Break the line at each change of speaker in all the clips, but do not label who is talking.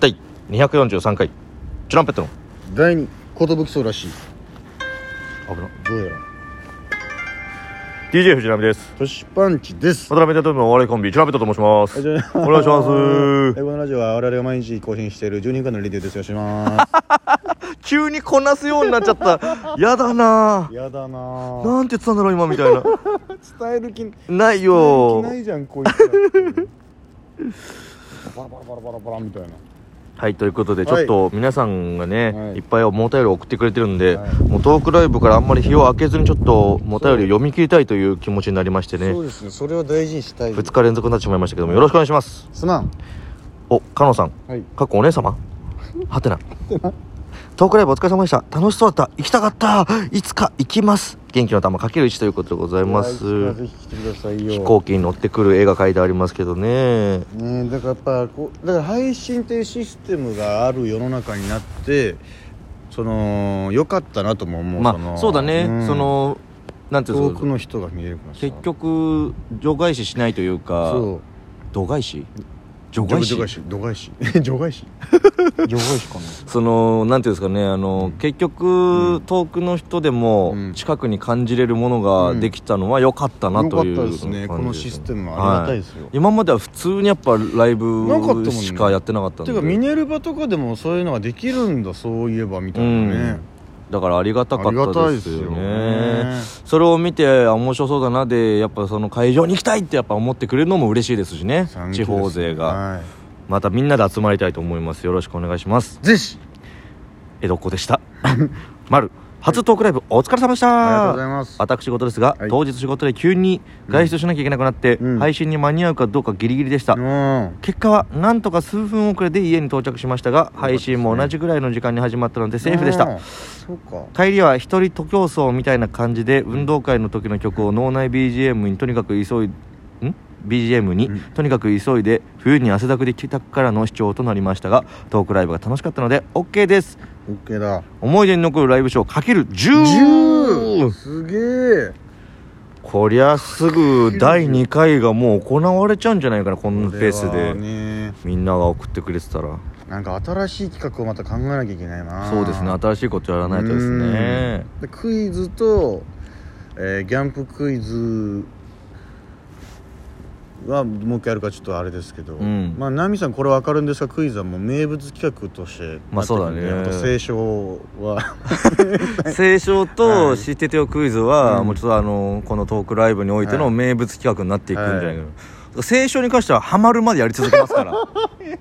第243回チュランペットの
第二寿そうらしい
危な
どうやら
DJ 藤波です
トシパンチです
渡辺哲のお笑いコンビチュランペットと申します
お願いし
お願いします
このラジオは我々が毎日更新している12分間のレディオですよしま
急にこなすようになっちゃった やだな
す やだな
ぁ
ぁ
なんて言ってたんだろう今みたいな
伝える気伝える
ない
気
よ
ないじゃんこいつらバラバラバラバラバラみたいな
はいということでち
は
ょ
い
っと皆さんがね、、
はいい
っぱいおもたよりを送ってくれてるんで、
はい
もうトークライブからあんまり日を空けずにちょっともたよりを読み切りたいという気持ちになりましてね
そうですねそれを大事にしたい
2日連続になってしまいましたけどもよろしくお願いします
すまん
おかのさん
はい
かっこお姉様はてなトークライブお疲れ様でした楽しそうだった行きたかったいつか行きます元気の玉かける1ということでございま
いや
す
ぜひ来てくださいよ
飛行機に乗ってくる絵が描いてありますけどね
ねえだからやっぱこうだから配信っていうシステムがある世の中になってその良かったなとも思う、
まあ
の
そうだね、
ん
そのなんていうん
遠
です
く
か
の人が見えるからさ
結局除外視しないというか
そう
度外視除
除外
外
視
視
除外視除外視 除外視 か
そのなんていうんですかねあの、結局、遠くの人でも
うん
近くに感じれるものができたのは良かったな
な良か
と
っ
いう
たですねこのシステムはありがたいですよ、
は今までは普通にやっぱライ
なかったも
ブ
んね
しかやってなかったん
て
で
いうかミネルヴァとかでもそういうのができるんだそういえばみたいなね、
だからありがたか
ありが
ったた
い
で
ですす
よ
よ
ね
ね
それを見てあ面白そうだなでやっぱその会場に行きたいってやっぱ思ってくれるのも嬉しいですしね
サンキュ
地
ーです
方勢が、
は
またみんなで集まりたいと思いますよろしくお願いします
いぜひ
江戸っ子でした丸初トークライブお疲れ様でし
あ
た
りがとうございます
私事ですが、
はい
当日仕事で急に外出しなきゃいけなくなって、
うん
配信に間に合うかどうかギリギリでした、
うん
結果はなんとか数分遅れで家に到着しましたが
たで
配
すね
信も同じぐらいの時間に始まったのでセーフでし
う
た
んそうか
帰りは一人徒競走みたいな感じで運動会の時の曲を脳内 BGM にとにかく急いん BGM に
うん
とにかく急いで冬に汗だくで帰宅からの視聴となりましたがトークライブが楽しかったので OK です
オッケーだ
思い出に残るライブショーかける10
10すげえ
こりゃすぐ第2回がもう行われちゃうんじゃないかなこんなペース
これは
で
ね
みんなが送ってくれてたら。
なんか新しい企画をまた考えなきゃいけないな
そうですね新しいことやらないとですね
でクイズと、えーギャンプクイズはもう一回やるかちょっとあれですけど、
うん
まあ奈美さんこれわかるんですがクイズはもう名物企画として
まあそうだね
なってくるんでやっぱ清書は
清書
は
と
い
知っててよクイズは、
うん
もうちょっとあのこのトークライブにおいての
はい
名物企画になっていくんじゃないかな、清書に関してはハマるまでやり続けます から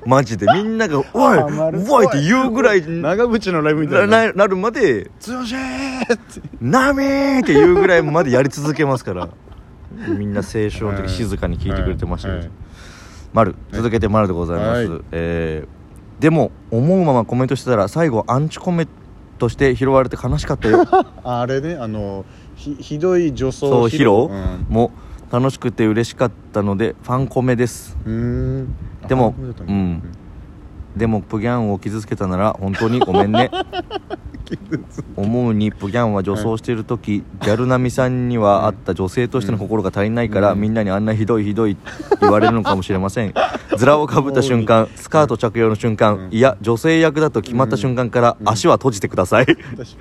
マジでみんなが「おい
ハマる
おい!」って言うぐらいな
長渕のライブみたいな
ななるまで
「強しー!」って
「なめ!」って言うぐらいまでやり続けますからみんな清書の時静かに聞いてくれてましたけど、
はいはい
丸続けて丸でございます、
はい
えーでも思うままコメントしてたら最後アンチコメントして拾われて悲しかった よ
ああれねあのひひどい女
そう
装
披露
うん
も楽しくて嬉しかったのでファンコメです
うーんあ
でも
そうだった
う
ね
んでもプギャンを傷つけたなら本当にごめんね思うにプギャンは女装している時、ギャル並みさんにはあった女性としての心が足りないから、みんなにあんなひどいひどいって言われるのかもしれませんズラをかぶった瞬間スカート着用の瞬間、いや女性役だと決まった瞬間から、足は閉じてください
私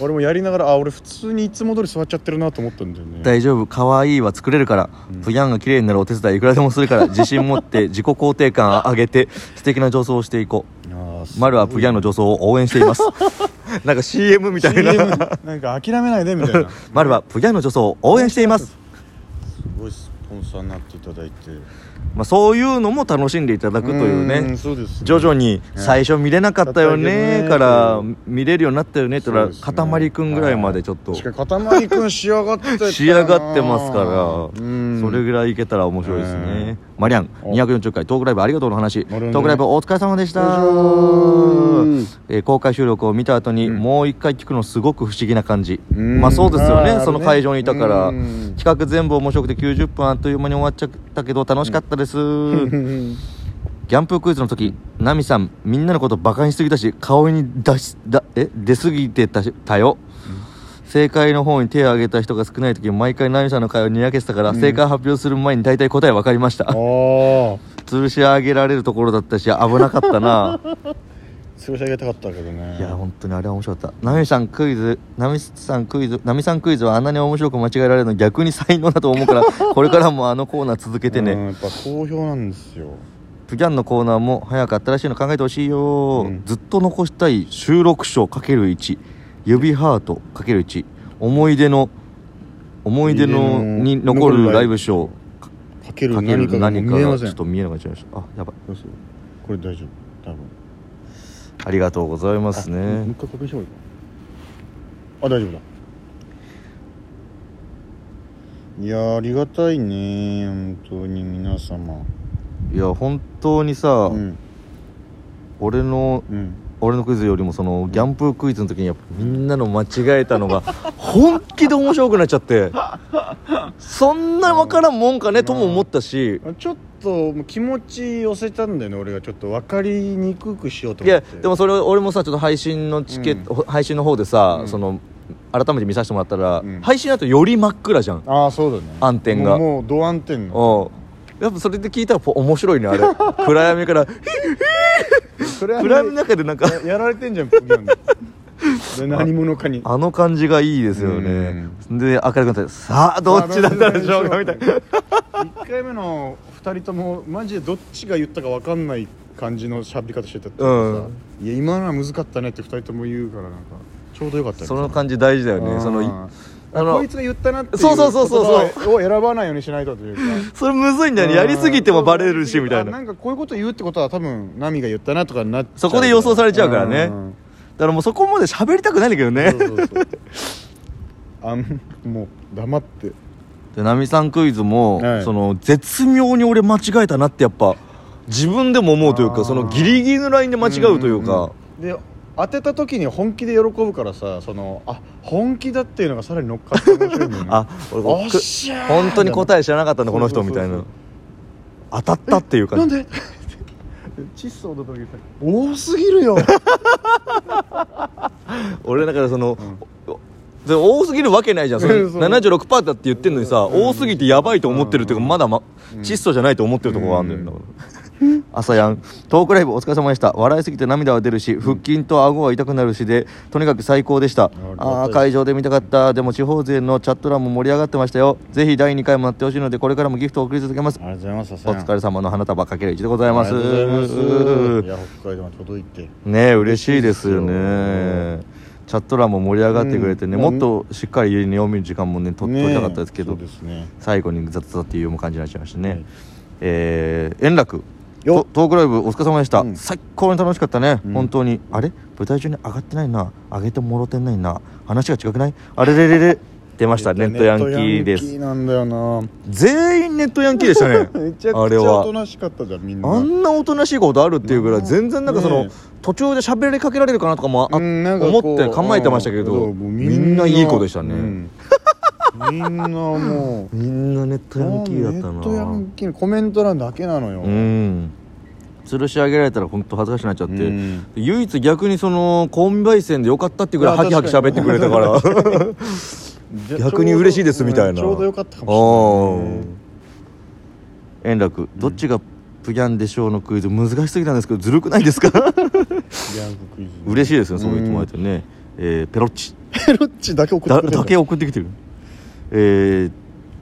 俺もやりながらあ俺普通にいつも通り座っちゃってるなと思ったんだよね
大丈夫可愛いは作れるから、プギャンが綺麗になるお手伝いいくらでもするから自信持って自己肯定感上げて素敵な女装をしていこう
あー
マルはプギャンの女装を応援しています なんか CM みたい
CM
な
なんか諦めないでみたいなす
マルはプギャンの女装を応援しています、
ごいスポンサーになっていただいて
まあ、そういうのも楽しんでいただくという
ー
ね
んそうです
徐々に最初見れなかったよね
はい
から見れるようになったよねって言ったら
そう
か
です
た
ね
まりくんぐらいまでちょっと
しかも塊くん仕上がってたな
仕上がってますから、
うん
それぐらいいけたら面白いです
う
ね
ん、
マリアン
お
240回トークライブありがとうの話ト
なるほどね
ークライブお疲れ様でした、
よいしょ
えー公開収録を見た後に
うん
もう一回聞くのすごく不思議な感じ、
うん
まあそうですよね
あー
その会場にいたから、
うん
企画全部面白くて90分あっという間に終わっちゃったけど楽しかったです、ギャンプクイズの時ナミさんみんなのことバカにしすぎたし顔に出しだえ出すぎてたしたよ、正解の方に手を挙げた人が少ない時毎回ナミさんの会をにやけてたから、
うん
正解発表する前に大体答え分かりました
ああ
吊るし上げられるところだったし危なかった な
吊るし上げたかったけどね
いや本当にあれは面白かったナミさんクイズナミさんクイズナミさんクイズはあんなに面白く間違えられるの逆に才能だと思うからこれからもあのコーナー続けて
うん
ね
やっぱ好評なんですよ
プギャンのコーナーも早く新しいの考えてほしいよ、
うん
ずっと残したい収録賞 ×1 指ハート ×1 思い出の思い出の
思い出の
に残るライブ賞
かける
かけ
何
る
かがもう
何か
見えま
が
せ
ちょ
ん
っと見えなくなっちゃいましたあやばい
どうするこれ大丈夫多分
ありがとうございます
あもう
ね
一回確認してもいいかあ大丈夫だいやーありがたいね本当に皆様
いや本当にさ、
うん
俺の
うん
俺のクイズよりもそのギャンプークイズの時にやっぱみんなの間違えたのが本気で面白くなっちゃってそんな分からんもんかねとも思ったし
ちょっともう気持ち寄せたんだよね俺がちょっと分かりにくくしようと
い
思
や
って
でもそれ俺もさちょっと配信のチケット、配信の方でさ、
うん
その改めて見させてもらったら、
うん
配信だとより真っ暗じゃん
ああそうだね
暗転が
もうもうど暗転の
うんやっぱそれで聞いたらぽ面白いねあ れ暗闇から
それはね
暗闇の中でなんか
ややられてんじゃんプ ギャンでで何者かに
あの感じがいいですよねで明るくなってさあどっちだったでしょうかみたいな
1回目の2人ともマジでどっちが言ったか分かんない感じの喋り方してたってさ、
うん
いや今のは難かったねって2人とも言うからなんかちょうどよかったよ
その感じ大事だよねそのい
あ
あの
こいつが言ったなっていう
そうそうそうそう
言葉を選ばないようにしないとというか
それむずいんだよねやりすぎてもバレるし
うん
みたい
あな
なん
かこういうこと言うってことは多分ナミが言ったなとかになっちゃう
そこで予想されちゃうからね
ん
だからもうそこまで喋りたくないんだけどね
そうそうそうあんもう黙って
でナミさんクイズも、
はい
その絶妙に俺間違えたなってやっぱ自分でも思うという
あー
かそのギリギリのラインで間違うというか、
んうんうんで当てた時に本気で喜ぶからさそのあ本気だっていうのがさらに乗っかって面白いんだよね
あ俺
お
こ
っ
く
しゃー
本当に答え知らなかったんだこの人
そう
み
そう
た
そ
い
うそう
な当たったっていうか
なんで窒素の時にさ多すぎるよ
俺だからその、で多すぎるわけないじゃんそ
そ
の
う
76%だって言ってんのにさ、
うん
多すぎてやばいと思ってるっていうか、まだ、ま窒素じゃないと思ってるところがあるんだよ、だから朝やんトークライブお疲れ様でした笑いすぎて涙は出るし腹筋と顎は痛くなるしでとにかく最高でした
りがたい
ああー会場で見たかったでも地方勢のチャット欄も盛り上がってましたよぜひ第2回もなってほしいのでこれからもギフトを送り続けます
ありがとうございます
お疲れ様の花束かける1でございます
ありがとうございますいや北海道まで届いて
ねえ嬉しいですよ
嬉
ねチャット欄も盛り上がってくれてね、
うん
もっとしっかり家に読む時間もねと取りたかったですけど、
ねえそうですね
最後にザッザッって読む感じになっちゃいましたね、
はい
えー円楽
よ
トトークライブお疲れ様でした、
うん
最高に楽しかったね、
うん
本当にあれ舞台中に上がってないな上げてもろてないな話が違くないあれれれれ出ましたネットヤンキーで
ネットヤンキ
す
ーなんだよな
全員ネットヤンキーでしたね
めちゃ
あ
くち
れ
ゃお
は
となしかったじゃんみんな
あんなおとなしいことあるっていうぐらい全然なんかその、
ね
途中で喋りかけられるかなとかもあ
うんなんか
思っ
こう
て構えてましたけど、
うんもう
みんないい子でしたね、
うんみんなもう
みんなネットヤンキーだった
ネットヤン
な
キーのコメント欄だけなのよ、
うん吊るし上げられたら本当恥ずかしくなっちゃって、
うん
唯一逆にそのコンバイ戦でよかったっていうぐらい
あ
ハキハキ
確か
喋
に
ってくれたからあ
じ ゃ
逆に嬉しいですみたいな
ちょうどよかったかもしれないね
ー円楽どっちがプギャンでしょうのクイズ難しすぎたんですけどずるくないですか
ギャングクイズ
嬉しいですねそう言ってもらえてね、えーペロッチ
ペロッチだけ送って
だ
くれた
だけ送ってきてるえー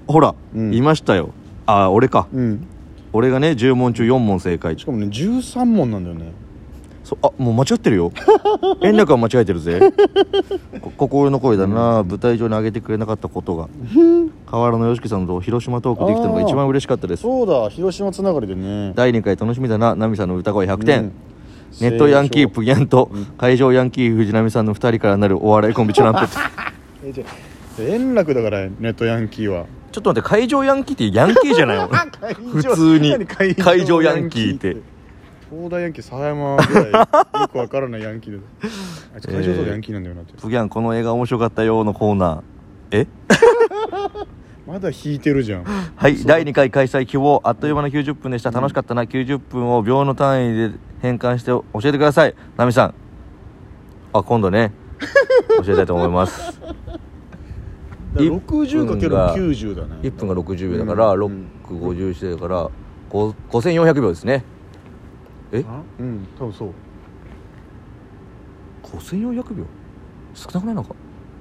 ほら、
うん
いましたよあ俺か
うん
俺がね10問中4問正解
しかもね13問なんだよね
そあもう間違ってる よ円楽は間違えてるぜこ心の声だな、舞台上に上げてくれなかったこと が河原のよしきさんと広島トークできたのが一番嬉しかったです
そうだ広島つながりでね
第2回楽しみだな奈美さんの歌声100点、
うん
ネットヤンキー
プ
プギャンと会場ヤンキー藤波さんの2人からなるお笑いコンビチュランペット
円楽だからネットヤンキーは
ちょっと待って会場ヤンキーってヤンキーじ ゃないもん 普通に
何会
会場ヤンキーって
東大ヤンキー狭山ぐらいよくわからないヤンキーであいつ会場とかヤンキーなんだよなって、
プギャンこの映画面白かったよのコーナーえ
まだ引いてるじゃん
はい第2回開催希望あっという間の90分でした楽しかったな90分を秒の単位で変換して教えてく ださいナミさんあ今度ね教えたいと思います1分が
60×90 だね
1分が60秒だから、
うん
650してだからご5400秒ですねえ
あうん多分そう
5400秒少なくないのか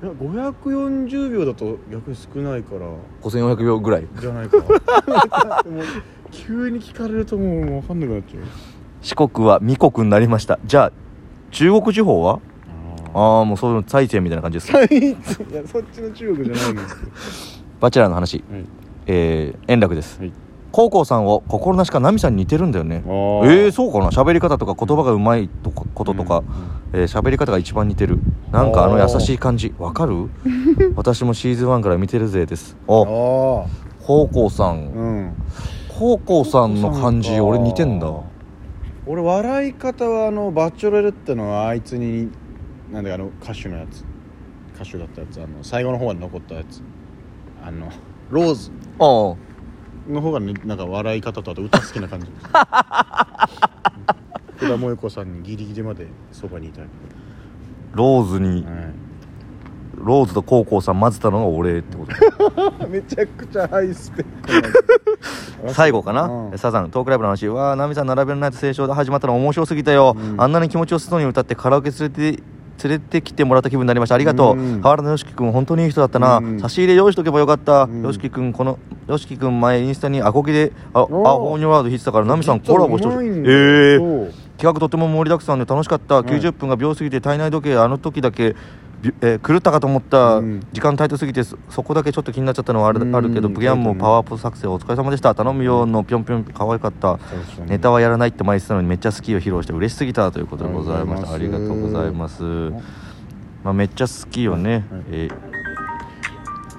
いや540秒だと逆に少ないから
5400秒ぐらい
じゃないかもう急に聞かれるともうもう分かんなくなっちゃう
四国は未国になりましたじゃあ中国地方はああもうそういうの最低みたいな感じですか
最低いやそっちの中国じゃないんですけど
バチェラーの話
はい
えー、円楽です、
はい
高校さんを心なしか奈美さんに似てるんだよね
あー
えー、そうかな喋り方とか言葉がうまいとかこととか、えー喋り方が一番似てるなんかあの優しい感じわかる私もシーズン1から見てるぜです
うん
あ
あ
高校さ
あ
ん
うん
高校さんの感じ俺似てんだ
俺笑い方はあのバチョレルってのはあいつになんだかあの歌手のやつ歌手だったやつあの最後の方に残ったやつあのローズ
ああ
の方が、ね、なんか笑い方とあと歌好きな感じ 福田萌子さんにギリギリまでそばにいたい、
ローズに
は
ローズと高校さん混ぜたのが俺ってこと
い、めちゃくちゃハイスペックな
最後かな、
うん
サザントークライブの話わあナミさん並べるないと清書で始まったの面白すぎたよ、
うん
あんなに気持ちよさそうに歌ってカラオケ連れて連れてきてもらった気分になりましたありがとう、
うん
原田よしき君本当にいい人だったな、
うん
差し入れ用意しとけばよかった、
うん
よしき君このよしき君前インスタにアコギであア
ー
ホーニョワード弾いてたからナミさんコラボしてほしい
実はうまいんだ
ええ
そう
企画とても盛りだくさんで楽しかった、
ん
90分が秒過ぎて体内時計あの時だけびえー狂ったかと思った、
うん
時間タイトすぎてそそこだけちょっと気になっちゃったのはある,、
うん
あるけどブギャンも
そうだね
パワーアップ作戦お疲れ様でした頼むよのぴょんぴょん可愛かった
そうそう
ネタはやらないって前言ってたのにめっちゃ好きを披露して嬉しすぎたということでございましたあ
あ
り
り
が
が
と
と
う
う
ご
ご
ざ
ざ
い
い
ま、
ます
まあ、めっちゃ好きよね、
はい
えー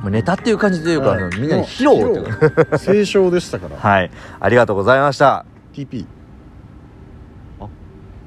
まあネタっていう感じというか、
はい
みんなに披露っていうか
清少でしたから
はいありがとうございました
TP